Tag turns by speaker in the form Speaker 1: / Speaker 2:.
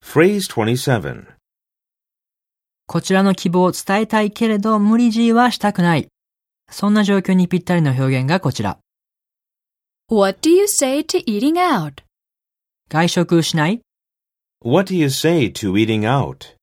Speaker 1: Phrase 27.
Speaker 2: こちらの希望を伝えたいけれど無理強いはしたくない。そんな状況にぴったりの表現がこちら。
Speaker 3: What do you say to eating out?
Speaker 2: 外食しない
Speaker 1: What do you say to eating out?